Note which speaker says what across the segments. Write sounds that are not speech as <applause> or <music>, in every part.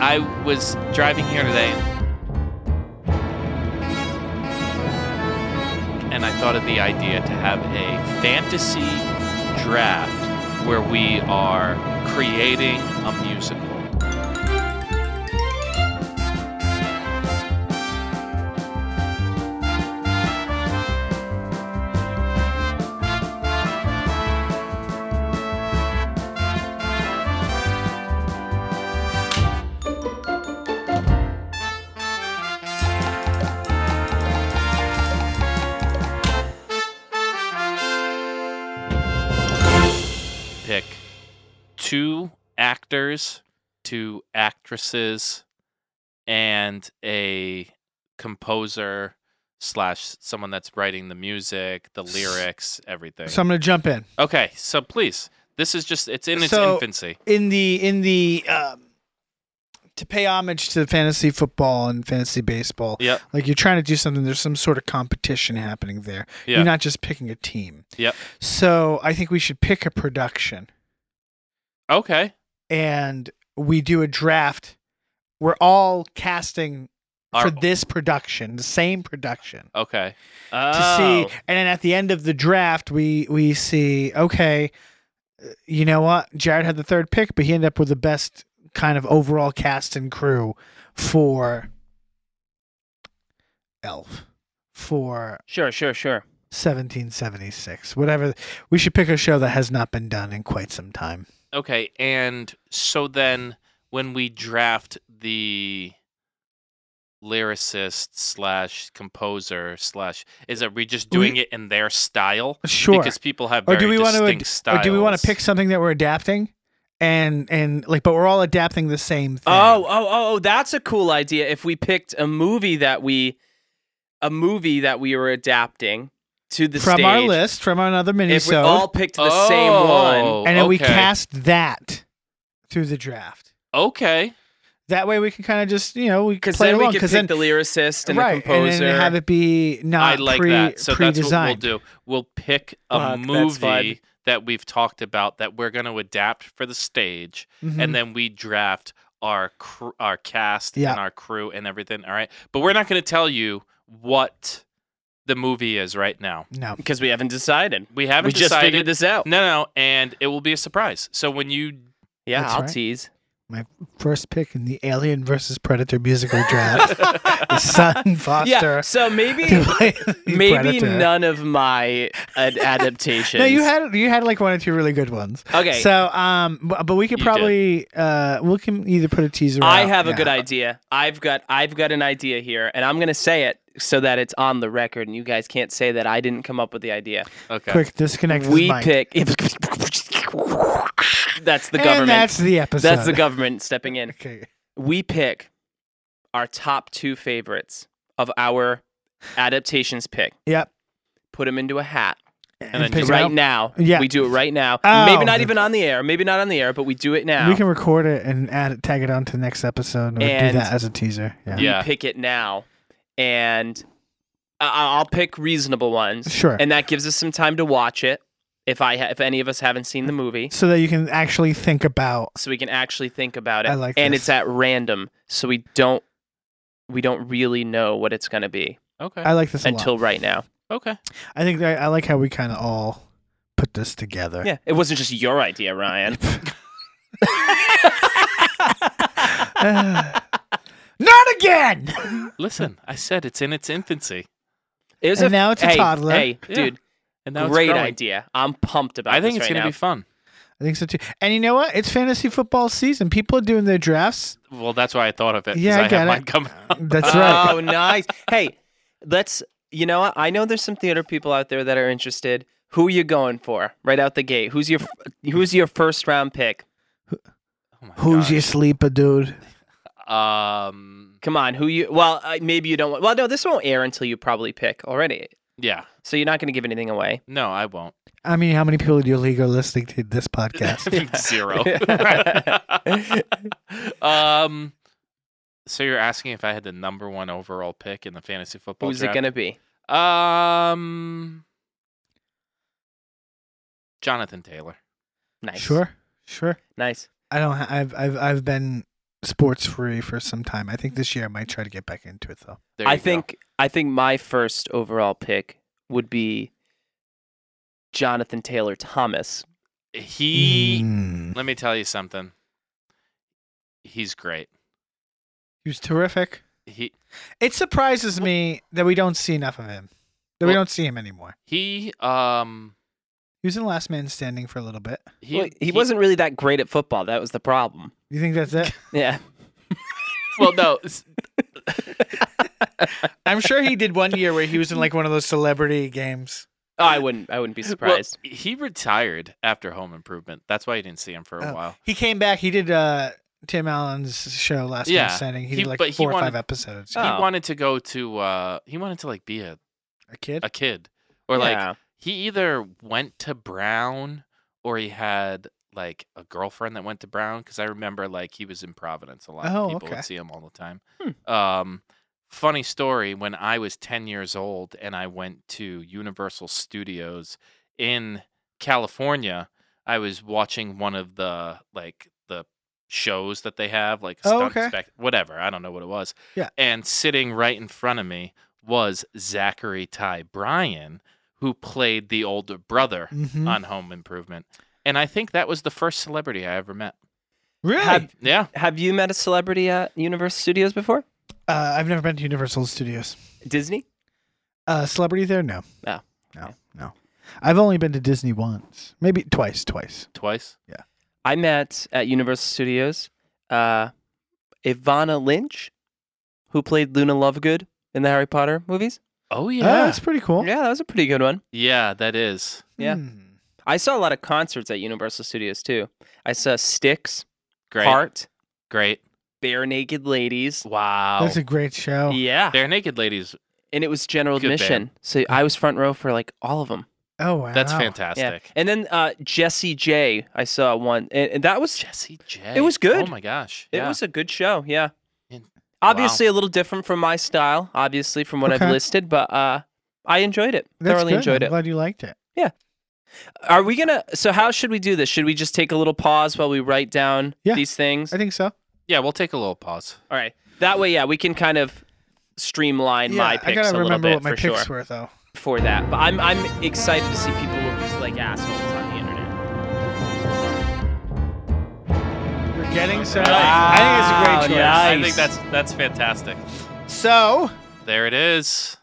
Speaker 1: I was driving here today, and I thought of the idea to have a fantasy draft where we are creating a musical. Pick two actors, two actresses, and a composer slash someone that's writing the music, the
Speaker 2: S-
Speaker 1: lyrics, everything.
Speaker 2: So I'm going to jump in.
Speaker 1: Okay, so please, this is just it's in its
Speaker 2: So-
Speaker 1: infancy.
Speaker 2: in the in the um, to pay homage to fantasy football and fantasy baseball.
Speaker 1: Yep.
Speaker 2: Like you're trying to do something. There's some sort of competition happening there.
Speaker 1: Yeah.
Speaker 2: You're not just picking a team.
Speaker 1: Yep.
Speaker 2: So I think we should pick a production
Speaker 1: Okay.
Speaker 2: and we do a draft. We're all casting
Speaker 1: Our-
Speaker 2: for this production, the same production.
Speaker 1: Okay. Oh.
Speaker 2: To see,
Speaker 3: Oh.
Speaker 2: and then at the end of the draft, we we see okay, uh, you know what? Jared had the third pick, but he ended up with the best kind of overall cast and crew for Elf for
Speaker 3: Sure, sure, sure.
Speaker 2: 1776. Whatever, we should pick a show that has not been done in quite some time.
Speaker 1: Okay, and so then when we draft the lyricist slash composer slash, is it we just doing it in their style?
Speaker 2: Sure.
Speaker 1: Because people have
Speaker 2: Or
Speaker 1: very
Speaker 2: do we wanna ad-
Speaker 1: distinct styles.
Speaker 2: Or do we want to pick something that we're adapting, and and like, but we're all adapting the same thing.
Speaker 3: Oh, oh, oh, oh, that's a cool idea. If we picked a movie that we, a movie that we were adapting to the
Speaker 2: from
Speaker 3: stage,
Speaker 2: our list, from another mini.
Speaker 3: if we all picked the same one,
Speaker 1: Oh,
Speaker 2: and then we
Speaker 1: okay.
Speaker 2: cast that through the draft.
Speaker 1: Okay.
Speaker 2: That way, we can kind of just you know we can
Speaker 3: because
Speaker 2: play
Speaker 3: then we
Speaker 2: along
Speaker 3: could pick
Speaker 2: because then
Speaker 3: the lyricist and
Speaker 2: right,
Speaker 3: the composer.
Speaker 2: and then have it be
Speaker 1: I
Speaker 2: not
Speaker 1: like
Speaker 2: pre
Speaker 1: that. So that's what we'll
Speaker 2: pre-designed.
Speaker 1: do. We'll pick a
Speaker 3: Fuck, that's fun.
Speaker 1: movie that we've talked about that we're going to adapt for the stage,
Speaker 2: Mhm.
Speaker 1: and then we draft our cr- our cast
Speaker 2: Yeah.
Speaker 1: and our crew and everything. All right, but we're not going to tell you what the movie is right now.
Speaker 2: no,
Speaker 3: because we haven't decided.
Speaker 1: We haven't
Speaker 3: we just
Speaker 1: decided.
Speaker 3: figured this out.
Speaker 1: No, no, and it will be a surprise. So when you
Speaker 3: yeah,
Speaker 2: That's
Speaker 3: I'll
Speaker 2: right.
Speaker 3: tease.
Speaker 2: my first pick in the Alien versus Predator
Speaker 3: <laughs>
Speaker 2: musical draft is Sutton
Speaker 3: Yeah. <laughs>
Speaker 2: Foster.
Speaker 3: So maybe,
Speaker 2: to play <laughs> the
Speaker 3: maybe
Speaker 2: Predator.
Speaker 3: none of my ad- adaptations.
Speaker 2: No, you had you had like one or two really good ones.
Speaker 3: Okay.
Speaker 2: So um, but, but we could
Speaker 1: You did.
Speaker 2: probably uh, we can either put a teaser.
Speaker 3: I
Speaker 2: out-
Speaker 3: have a
Speaker 2: yeah.
Speaker 3: good idea. I've got I've got an idea here, and I'm gonna say it so that it's on the record, and you guys can't say that I didn't come up with the idea.
Speaker 1: okay,
Speaker 2: Quick disconnect. his
Speaker 3: we
Speaker 2: mic.
Speaker 3: pick. <laughs> that's the government.
Speaker 2: And that's the episode. <laughs>
Speaker 3: That's the government stepping in.
Speaker 2: Okay.
Speaker 3: We pick our top two favorites of our adaptations. Pick.
Speaker 2: Yep.
Speaker 3: Put them into a hat
Speaker 1: and then
Speaker 2: pick
Speaker 1: just,
Speaker 2: it
Speaker 3: right
Speaker 2: out?
Speaker 3: now.
Speaker 2: Yeah.
Speaker 3: We do it right now.
Speaker 2: Oh.
Speaker 3: Maybe not even on the air. Maybe not on the air, but we do it now.
Speaker 2: We can record it and add it, tag it on to the next episode, or
Speaker 3: And-
Speaker 2: do that as a teaser. Yeah.
Speaker 1: Yeah.
Speaker 3: We pick it now, and I- I'll pick reasonable ones,
Speaker 2: Sure.
Speaker 3: and that gives us some time to watch it. If I ha- if any of us haven't seen
Speaker 2: Mm.
Speaker 3: the movie,
Speaker 2: so that you can actually think about.
Speaker 3: so we can actually think about it.
Speaker 2: I like
Speaker 3: and
Speaker 2: this.
Speaker 3: it's at random, so we don't we don't really know what it's gonna be
Speaker 1: okay,
Speaker 2: I like this a
Speaker 3: until
Speaker 2: lot.
Speaker 3: right now.
Speaker 1: okay.
Speaker 2: I think that, I like how we kind of all put this together.
Speaker 3: Yeah, it wasn't just your idea, Ryan.
Speaker 2: <laughs> Not again.
Speaker 1: Listen, I said it's in its infancy,
Speaker 3: It was
Speaker 2: And now it's a
Speaker 3: hey,
Speaker 2: toddler.
Speaker 3: Hey,
Speaker 1: Yeah,
Speaker 3: dude,
Speaker 1: and now
Speaker 3: great
Speaker 1: it's growing.
Speaker 3: idea. I'm pumped about.
Speaker 1: I think
Speaker 3: this
Speaker 1: it's
Speaker 3: right
Speaker 1: gonna
Speaker 3: now.
Speaker 1: be fun.
Speaker 2: I think so too. And you know what? It's fantasy football season. People are doing their
Speaker 3: <laughs>
Speaker 2: drafts.
Speaker 1: Well, that's why I thought of it. 'cause
Speaker 2: Yeah, I
Speaker 1: I,
Speaker 2: get
Speaker 1: have
Speaker 2: it.
Speaker 1: mine coming up.
Speaker 2: That's right.
Speaker 3: Oh, nice. Hey, let's. You know what? I know there's some theater people out there that are interested. Who are you going for right out the gate? Who's your Who's your first round pick?
Speaker 1: Oh my
Speaker 2: Who's your
Speaker 1: gosh.
Speaker 2: sleeper, dude?
Speaker 1: Um.
Speaker 3: Come on, who you? Well, uh, maybe you don't want. Well, no, this won't air until you probably pick already.
Speaker 1: Yeah.
Speaker 3: So you're not going to give anything away.
Speaker 1: No, I won't. <laughs>
Speaker 2: I mean, how many people in your league are listening to this podcast?
Speaker 1: <laughs> Zero.
Speaker 2: <laughs>
Speaker 1: um. So you're asking if I had the number one overall pick in the fantasy football
Speaker 3: Who's it
Speaker 1: draft?
Speaker 3: going to be?
Speaker 1: gonna? Um. Jonathan Taylor.
Speaker 3: Nice.
Speaker 2: Sure, sure.
Speaker 3: <laughs> Nice.
Speaker 2: I don't. Ha- I've I've I've been sports free for some time. I think this year I might try to get back into it though.
Speaker 1: There
Speaker 3: I
Speaker 1: you go.
Speaker 3: think I think my first overall pick would be Jonathan Taylor Thomas.
Speaker 1: he.
Speaker 2: Mm.
Speaker 1: Let me tell you something. He's great.
Speaker 2: He was terrific.
Speaker 1: He
Speaker 2: It surprises me that we don't see enough of him. That we
Speaker 1: Well-
Speaker 2: don't see him anymore.
Speaker 1: he um
Speaker 2: He was in Last Man Standing for a little bit.
Speaker 1: he
Speaker 3: He, well, he, wasn't really that great at football. That was the problem.
Speaker 2: You think that's it?
Speaker 3: Yeah.
Speaker 1: Well, no. s-
Speaker 2: <laughs> I'm sure he did one year where he was in like one of those celebrity games.
Speaker 3: Oh, I wouldn't I <laughs> wouldn't be <laughs> surprised.
Speaker 1: Well, he retired after Home Improvement. That's why you didn't see him for a
Speaker 2: Oh.
Speaker 1: while.
Speaker 2: He came back. He did uh, Tim Allen's show Last
Speaker 1: Yeah.
Speaker 2: Man Standing. He, Ah.
Speaker 1: He-
Speaker 2: did like
Speaker 1: but he
Speaker 2: four or
Speaker 1: wanted-
Speaker 2: five episodes.
Speaker 3: Oh.
Speaker 1: He wanted to go to. uh He wanted to like be a
Speaker 2: A kid.
Speaker 1: a kid or like
Speaker 3: Yeah.
Speaker 1: he either went to Brown or he had like a girlfriend that went to Brown because I remember like he was in Providence a lot.
Speaker 2: Oh,
Speaker 1: People
Speaker 2: okay. Hmm.
Speaker 1: would see him all the time. Um, funny story when I was 10 years old and I went to Universal Studios in California, I was watching one of the like the shows that they have, like
Speaker 2: Oh,
Speaker 1: stunt
Speaker 2: okay.
Speaker 1: spec- whatever. I don't know what it was.
Speaker 2: Yeah.
Speaker 1: And sitting right in front of me was Zachary Ty Bryan, who played the older brother
Speaker 2: Mhm.
Speaker 1: on Home Improvement. And I think that was the first celebrity I ever met.
Speaker 2: Really?
Speaker 3: Had-
Speaker 1: Yeah.
Speaker 3: Have you met a celebrity at Universal Studios before?
Speaker 2: uh, I've never been to Universal Studios.
Speaker 3: Disney?
Speaker 2: Uh, celebrity there? No.
Speaker 3: No.
Speaker 2: No. No. I've only been to Disney once, maybe twice. Twice.
Speaker 1: Twice.
Speaker 3: I met at Universal Studios uh, Ivana Lynch, who played Luna Lovegood in the Harry Potter movies.
Speaker 1: Oh,
Speaker 2: Oh,
Speaker 1: yeah.
Speaker 2: that's pretty cool.
Speaker 3: Yeah, that was a pretty good one.
Speaker 1: yeah, that is.
Speaker 3: Yeah.
Speaker 2: Hmm.
Speaker 3: I saw a lot of concerts at Universal Studios too. I saw Styx,
Speaker 1: Great.
Speaker 3: Heart,
Speaker 1: Great.
Speaker 3: Bare Naked Ladies.
Speaker 1: Wow.
Speaker 2: That's a great show.
Speaker 3: Oh. Yeah.
Speaker 1: Bare Naked Ladies.
Speaker 3: And it was general
Speaker 1: Good
Speaker 3: admission. So I was front row for like all of them.
Speaker 2: Oh wow.
Speaker 1: That's fantastic.
Speaker 3: Yeah. And then uh, Jesse J, I saw one. And, and that was,
Speaker 1: Jesse J.
Speaker 3: It was
Speaker 1: Oh
Speaker 3: good.
Speaker 1: my gosh.
Speaker 3: it
Speaker 1: yeah.
Speaker 3: was a good show. Yeah.
Speaker 1: And-
Speaker 3: Obviously a little different from my style, obviously from what
Speaker 2: Okay.
Speaker 3: I've listed, but uh, I enjoyed it.
Speaker 2: That's
Speaker 3: Thoroughly
Speaker 2: good.
Speaker 3: enjoyed
Speaker 2: I'm
Speaker 3: it.
Speaker 2: Glad you liked it.
Speaker 3: Are we going to, so how should we do this? Should we just take a little pause while we write down
Speaker 2: Yeah.
Speaker 3: these things?
Speaker 2: I think so.
Speaker 1: yeah, we'll take a little pause.
Speaker 3: All right. That way, yeah, we can kind of streamline
Speaker 2: yeah,
Speaker 3: my
Speaker 2: I
Speaker 3: picks
Speaker 2: gotta
Speaker 3: a little
Speaker 2: remember
Speaker 3: bit
Speaker 2: what my
Speaker 3: for sure
Speaker 2: picks were though.
Speaker 3: for that. But I'm I'm excited to see people look like assholes on the internet.
Speaker 2: We're getting so.
Speaker 1: Nice.
Speaker 2: I think it's a great choice.
Speaker 3: Wow,
Speaker 1: I think
Speaker 3: Nice.
Speaker 1: that's that's fantastic.
Speaker 2: So
Speaker 1: There it is.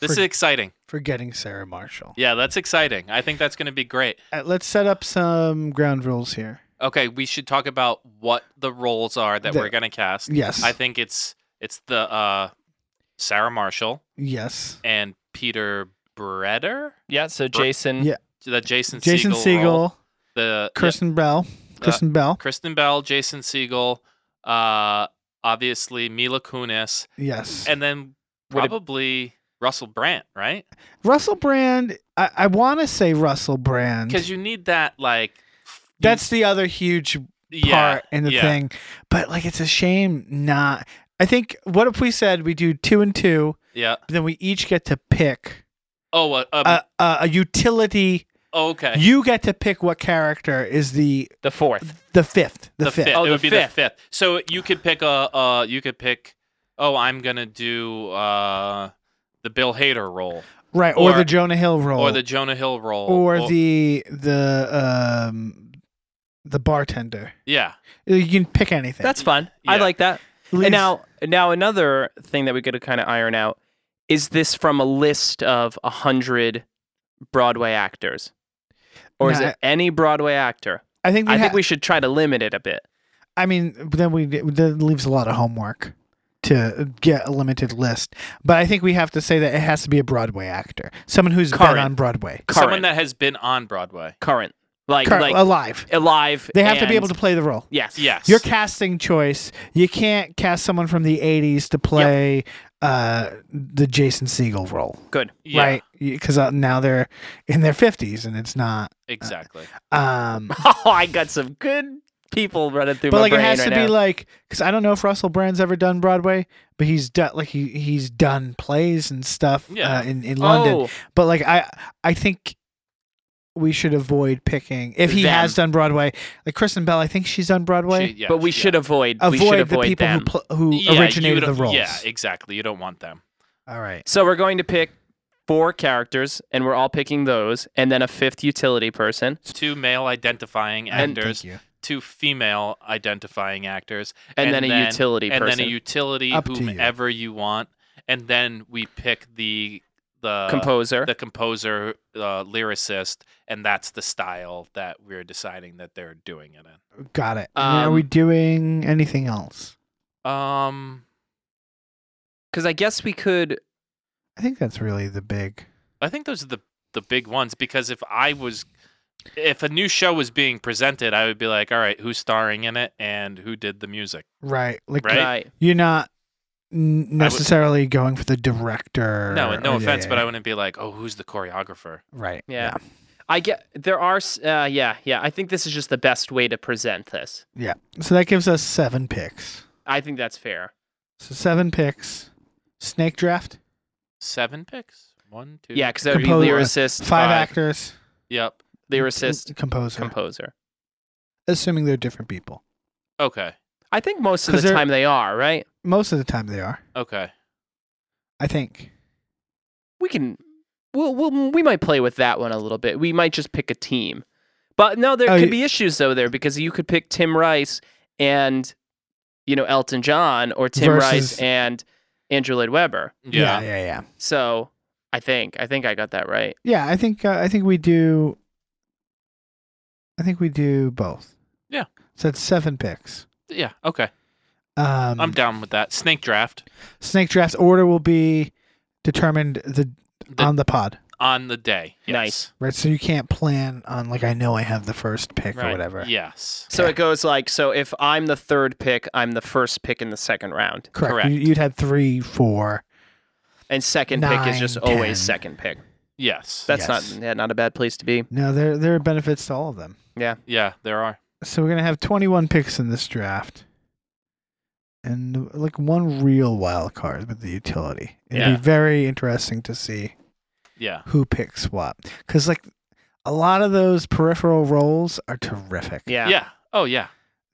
Speaker 1: This is
Speaker 2: For-
Speaker 1: exciting.
Speaker 2: for getting Sarah Marshall,
Speaker 1: Yeah, that's exciting. I think that's going to be great.
Speaker 2: Uh, let's set up some ground rules here.
Speaker 1: Okay, we should talk about what the roles are that
Speaker 2: The-
Speaker 1: we're going to cast.
Speaker 2: Yes.
Speaker 1: I think it's it's the uh Sarah Marshall
Speaker 2: yes.
Speaker 1: and Peter Breder,
Speaker 3: Yeah. So Jason.
Speaker 2: Yeah.
Speaker 1: the Jason
Speaker 2: Jason
Speaker 1: Segel role,
Speaker 2: Segel,
Speaker 1: the yeah,
Speaker 2: Kristen Bell,
Speaker 3: Uh,
Speaker 2: Kristen Bell.
Speaker 1: Kristen Bell, Jason Segel, uh obviously Mila Kunis,
Speaker 2: Yes.
Speaker 1: and then
Speaker 3: Would it-
Speaker 1: probably Russell Brand, right?
Speaker 2: Russell Brand. I, I want to say Russell Brand.
Speaker 1: Because you need that like f-
Speaker 2: That's the other huge
Speaker 1: yeah,
Speaker 2: part in the
Speaker 1: yeah.
Speaker 2: thing. But like, it's a shame not. I think. What if we said we do two and two,
Speaker 1: Yeah.
Speaker 2: but then we each get to pick
Speaker 1: Oh, uh, um, oh,
Speaker 2: a, a, a utility.
Speaker 1: okay.
Speaker 2: You get to pick what character is the
Speaker 3: The fourth.
Speaker 2: the fifth. The, fifth.
Speaker 1: it
Speaker 3: Oh,
Speaker 1: would be
Speaker 3: the fifth.
Speaker 1: the fifth. So you could pick a. Uh, you could pick. Oh, I'm gonna do uh, the Bill Hader role,
Speaker 2: Right. Or,
Speaker 1: Or-
Speaker 2: the Jonah Hill role.
Speaker 1: or the Jonah Hill role,
Speaker 2: or the the um the bartender.
Speaker 1: yeah.
Speaker 2: You can pick anything.
Speaker 3: That's fun. I
Speaker 1: Yeah.
Speaker 3: like that.
Speaker 2: Lee's-
Speaker 3: And now, now another thing that we got to kind of iron out is this from a list of a hundred Broadway actors, or is
Speaker 2: No,
Speaker 3: it any Broadway actor?
Speaker 2: I think we.
Speaker 3: I
Speaker 2: ha-
Speaker 3: think we should try to limit it a bit.
Speaker 2: I mean, then we that leaves a lot of homework to get a limited list. But I think we have to say that it has to be a Broadway actor, someone who's
Speaker 3: Current.
Speaker 2: been on Broadway,
Speaker 1: Someone
Speaker 3: Current.
Speaker 1: that has been on Broadway.
Speaker 3: Current, like
Speaker 2: Current,
Speaker 3: like
Speaker 2: alive.
Speaker 3: alive.
Speaker 2: They have to be
Speaker 3: and-
Speaker 2: able to play the role.
Speaker 3: Yes.
Speaker 1: Yes.
Speaker 2: Your casting choice. You can't cast someone from the '80s to play uh, the Jason Siegel role,
Speaker 3: Good. <laughs>
Speaker 1: Yeah,
Speaker 2: right? Because uh, now they're in their 50s, and it's not.
Speaker 1: Exactly.
Speaker 2: Um,
Speaker 3: Oh, I got some good people running through
Speaker 2: but
Speaker 3: my
Speaker 2: like it
Speaker 3: brain
Speaker 2: has
Speaker 3: right
Speaker 2: to
Speaker 3: now.
Speaker 2: be like because I don't know if Russell Brand's ever done Broadway, but he's done like he he's done plays and stuff
Speaker 1: Yeah.
Speaker 2: uh, in in London.
Speaker 3: Oh,
Speaker 2: But like I I think we should avoid picking if he
Speaker 3: Them.
Speaker 2: has done Broadway. Like Kristen Bell, I think she's done Broadway.
Speaker 1: She- yeah,
Speaker 3: but we
Speaker 1: she-
Speaker 3: should
Speaker 1: yeah.
Speaker 3: avoid, we
Speaker 2: avoid
Speaker 3: should
Speaker 2: the
Speaker 3: avoid
Speaker 2: people
Speaker 3: them.
Speaker 2: who pl- who
Speaker 1: Yeah, you
Speaker 2: originated the
Speaker 1: don't-
Speaker 2: roles.
Speaker 1: Yeah, exactly. You don't want them.
Speaker 2: All right.
Speaker 3: So we're going to pick four characters, and we're all picking those, and then a fifth utility person.
Speaker 1: Two male identifying
Speaker 3: And-
Speaker 1: actors,
Speaker 2: Thank you.
Speaker 1: two female identifying actors,
Speaker 3: And,
Speaker 1: And
Speaker 3: then, a
Speaker 1: then-
Speaker 3: utility
Speaker 1: and
Speaker 3: person.
Speaker 1: then a utility
Speaker 2: Up to you.
Speaker 1: whomever you. want, and then we pick the the
Speaker 3: composer.
Speaker 1: uh, the composer, uh, lyricist, and that's the style that we're deciding that they're doing it in.
Speaker 2: Got it. And then are
Speaker 3: Um,
Speaker 2: we doing anything else?
Speaker 1: Um,
Speaker 3: Because I guess we could.
Speaker 2: I think that's really the big.
Speaker 1: I think those are the the big ones because if I was if a new show was being presented, I would be like, all right, who's starring in it and who did the music?
Speaker 2: Right. Like
Speaker 1: Right?
Speaker 3: Right.
Speaker 2: you're not n- necessarily going for the director.
Speaker 1: No, and no
Speaker 2: or- yeah,
Speaker 1: offense,
Speaker 2: yeah,
Speaker 1: but I
Speaker 2: yeah.
Speaker 1: wouldn't be like, oh, who's the choreographer?
Speaker 2: Right.
Speaker 3: Yeah. I get there are. s- Uh, yeah, yeah. I think this is just the best way to present this.
Speaker 2: yeah. So that gives us seven picks.
Speaker 3: I think that's fair.
Speaker 2: So seven picks. Snake draft.
Speaker 1: Seven picks. One, two.
Speaker 3: Yeah, because that would be
Speaker 2: Composer.
Speaker 3: lyricist,
Speaker 2: Five,
Speaker 3: five,
Speaker 2: actors.
Speaker 1: Yep.
Speaker 3: lyricist,
Speaker 2: com- composer.
Speaker 3: composer.
Speaker 2: assuming they're different people.
Speaker 1: Okay.
Speaker 3: I think most of
Speaker 2: 'Cause
Speaker 3: the
Speaker 2: they're-
Speaker 3: time they are right.
Speaker 2: Most of the time they are.
Speaker 1: Okay.
Speaker 2: I think.
Speaker 3: We can. We'll, we'll, we might play with that one a little bit. We might just pick a team. But no, there
Speaker 2: Oh,
Speaker 3: could
Speaker 2: you-
Speaker 3: be issues though there because you could pick Tim Rice and you know Elton John or Tim Rice
Speaker 2: Versus-
Speaker 3: and Andrew Lloyd Webber.
Speaker 1: Yeah.
Speaker 2: Yeah. Yeah. Yeah.
Speaker 3: So I think I think I got that right.
Speaker 2: Yeah, I think uh, I think we do. I think we do both.
Speaker 1: Yeah.
Speaker 2: So that's seven picks.
Speaker 1: Yeah. Okay.
Speaker 2: Um,
Speaker 1: I'm down with that. Snake draft
Speaker 2: Snake draft's order will be determined the,
Speaker 1: The-
Speaker 2: on the pod,
Speaker 1: on the day. Yes.
Speaker 3: Nice.
Speaker 2: right? So you can't plan on like I know I have the first pick or whatever.
Speaker 1: Yes.
Speaker 3: So
Speaker 2: Okay.
Speaker 3: it goes like so if I'm the third pick, I'm the first pick in the second round.
Speaker 2: Correct.
Speaker 1: Correct.
Speaker 2: You, would had three, four.
Speaker 3: And second pick is just
Speaker 2: Nine,
Speaker 3: always
Speaker 2: ten.
Speaker 3: second pick.
Speaker 1: Yes.
Speaker 3: That's
Speaker 2: Yes.
Speaker 3: not yeah, not a bad place to be.
Speaker 2: No, there there are benefits to all of them.
Speaker 1: yeah, there are.
Speaker 2: So we're gonna have twenty one picks in this draft, and like one real wild card with the utility. It'd
Speaker 1: Yeah.
Speaker 2: be very interesting to see.
Speaker 1: Yeah.
Speaker 2: who picks what because like a lot of those peripheral roles are terrific
Speaker 1: Yeah.
Speaker 3: Yeah.
Speaker 1: Oh yeah.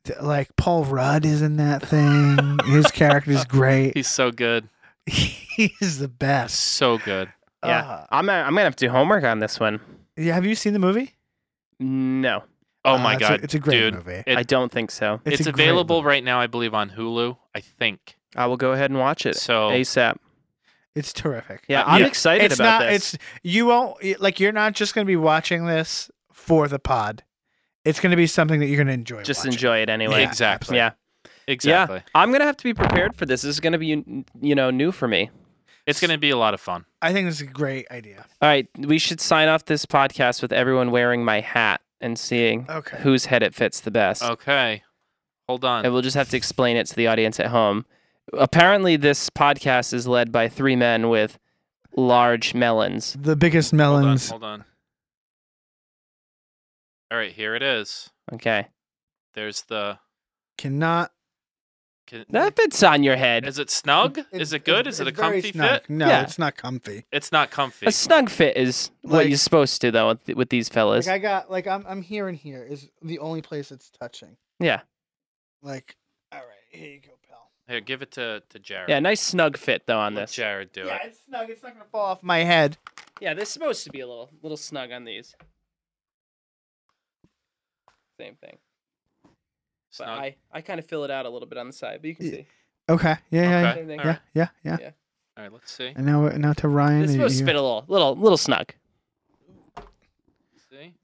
Speaker 2: Th- like paul rudd is in that thing his
Speaker 1: <laughs>
Speaker 2: character's great
Speaker 1: He's so good.
Speaker 2: <laughs> he's
Speaker 1: He's
Speaker 2: the best
Speaker 1: so good.
Speaker 3: Yeah.
Speaker 2: Uh,
Speaker 3: I'm gonna, I'm going to have to do homework on this one.
Speaker 2: yeah have you seen the movie
Speaker 3: No.
Speaker 1: Oh
Speaker 2: Uh,
Speaker 1: my
Speaker 2: it's a-
Speaker 1: god.
Speaker 2: it's a great
Speaker 1: dude.
Speaker 2: movie
Speaker 1: It-
Speaker 3: I don't think so.
Speaker 1: It's,
Speaker 2: a great
Speaker 1: available
Speaker 2: movie.
Speaker 1: right now, I believe, on Hulu. I think.
Speaker 3: I will go ahead and watch it
Speaker 1: So
Speaker 3: ASAP.
Speaker 2: it's terrific
Speaker 3: Yeah,
Speaker 1: Uh,
Speaker 3: I'm
Speaker 1: yeah.
Speaker 3: excited
Speaker 2: it's
Speaker 3: about
Speaker 2: not
Speaker 3: this.
Speaker 2: it's you won't it- like you're not just gonna be watching this for the pod it's gonna be something that you're gonna enjoy
Speaker 3: Just
Speaker 2: watching.
Speaker 3: enjoy it anyway.
Speaker 1: Yeah. Exactly.
Speaker 3: Yeah.
Speaker 1: exactly.
Speaker 3: I'm going to have to be prepared for this. This is going to be you know new for me.
Speaker 1: It's gonna be a lot of fun.
Speaker 2: i think this is a great idea
Speaker 3: All right, we should sign off this podcast with everyone wearing my hat and seeing
Speaker 2: okay
Speaker 3: whose head it fits the best.
Speaker 1: Okay. Hold on.
Speaker 3: And we'll just have to explain it to the audience at home. Apparently, this podcast is led by three men with large melons.
Speaker 2: the biggest
Speaker 1: hold on.
Speaker 2: melons
Speaker 1: Hold on. All right, here it is.
Speaker 3: Okay.
Speaker 1: There's the.
Speaker 2: cannot
Speaker 1: Can,
Speaker 3: That fits on your head.
Speaker 1: is it snug? is it good? Is it a comfy fit?
Speaker 2: No,
Speaker 3: Yeah.
Speaker 2: it's not comfy.
Speaker 1: It's not comfy.
Speaker 3: A snug fit is what
Speaker 2: Like-
Speaker 3: you're supposed to, though, with, with these fellas.
Speaker 2: Like I got like I'm I'm here and here is the only place it's touching.
Speaker 3: Yeah.
Speaker 2: Like, all right, here you go, pal.
Speaker 1: Here, give it to to Jared.
Speaker 3: Yeah, nice snug fit, though, on
Speaker 1: Let
Speaker 3: this.
Speaker 1: Jared do
Speaker 2: yeah,
Speaker 1: it.
Speaker 2: it's snug. It's not gonna fall off my head.
Speaker 3: Yeah, they're supposed to be a little, little snug on these. Same thing. But
Speaker 1: Snug.
Speaker 3: I, I kind of fill it out a little bit on the side, but you can
Speaker 2: Yeah.
Speaker 3: see.
Speaker 2: Okay. Yeah. Yeah.
Speaker 1: okay.
Speaker 3: Same thing.
Speaker 1: All
Speaker 2: Yeah,
Speaker 1: right.
Speaker 2: yeah. Yeah.
Speaker 3: Yeah.
Speaker 1: All right. Let's see.
Speaker 2: And now now to Ryan.
Speaker 3: It's
Speaker 2: you-
Speaker 3: supposed to
Speaker 2: you-
Speaker 3: fit a little, little, little snug.
Speaker 1: See.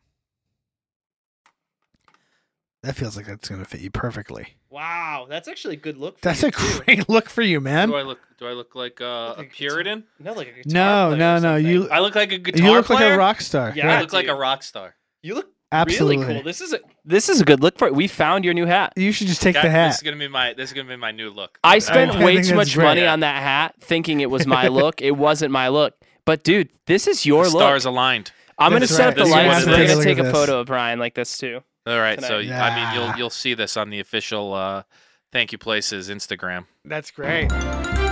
Speaker 2: that feels like that's gonna fit you perfectly.
Speaker 3: Wow, that's actually a good look. For
Speaker 2: That's
Speaker 3: you,
Speaker 2: a
Speaker 3: too.
Speaker 2: great look for you, man.
Speaker 1: Do I look? Do I look like uh,
Speaker 3: Look
Speaker 1: a
Speaker 3: like a
Speaker 1: Puritan?
Speaker 3: No, like a guitar
Speaker 2: No,
Speaker 3: player or
Speaker 2: no, no,
Speaker 3: something.
Speaker 2: you-
Speaker 1: I look like a guitar
Speaker 2: You look like
Speaker 1: player.
Speaker 2: a rock star.
Speaker 3: Yeah.
Speaker 1: I
Speaker 2: Right.
Speaker 1: look like a rock star.
Speaker 3: you look
Speaker 2: Absolutely.
Speaker 3: really cool. This is a this is a good look for it. We found your new hat.
Speaker 2: You should just take
Speaker 1: That-
Speaker 2: the
Speaker 1: This
Speaker 2: hat.
Speaker 1: is gonna be my. This is gonna be my new look.
Speaker 3: I
Speaker 2: spent
Speaker 3: spent
Speaker 2: I
Speaker 3: way
Speaker 2: think
Speaker 3: too
Speaker 2: that's
Speaker 3: much
Speaker 2: great.
Speaker 3: money on that hat, thinking it was my look. It wasn't my look. But dude, this is your
Speaker 1: The
Speaker 3: look.
Speaker 1: stars aligned.
Speaker 3: I'm gonna
Speaker 2: That's
Speaker 3: set
Speaker 1: right.
Speaker 3: up the
Speaker 1: This is
Speaker 3: lights.
Speaker 1: what
Speaker 3: and
Speaker 1: it
Speaker 3: We're
Speaker 1: is.
Speaker 3: gonna take
Speaker 2: Look
Speaker 3: a
Speaker 2: at
Speaker 3: photo of Brian like this too.
Speaker 1: All right. So
Speaker 3: Tonight.
Speaker 1: I mean,
Speaker 2: Yeah.
Speaker 1: you'll you'll see this on the official uh, Thank You Places Instagram.
Speaker 2: That's great.